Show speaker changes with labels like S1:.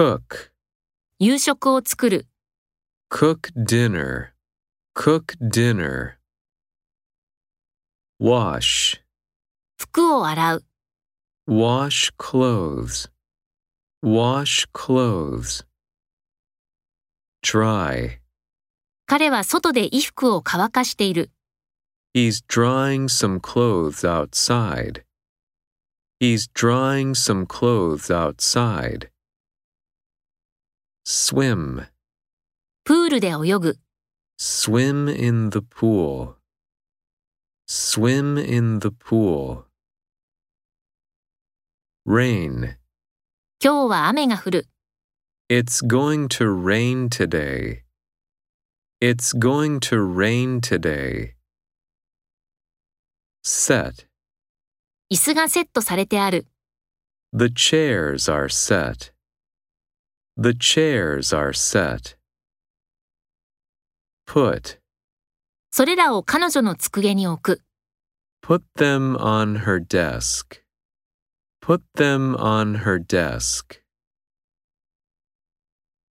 S1: cook,
S2: 夕食を作る、
S1: cook dinner, cook dinner. Wash,
S2: 服を洗う、
S1: wash clothes, wash clothes. Dry,
S2: 彼は外で衣服を乾かしている、
S1: he's drying some clothes outside. He's drying some clothes outside. Swim.
S2: プールで泳ぐ、
S1: Swim in the pool. Swim in the pool. Rain.
S2: 今日は雨が降る、
S1: It's going to rain today. It's going to rain today. Set.
S2: 椅子がセットされてある、
S1: The chairs are set. The chairs are set. Put.
S2: それらを彼女の机に置く、
S1: Put them on her desk. Put them on her desk.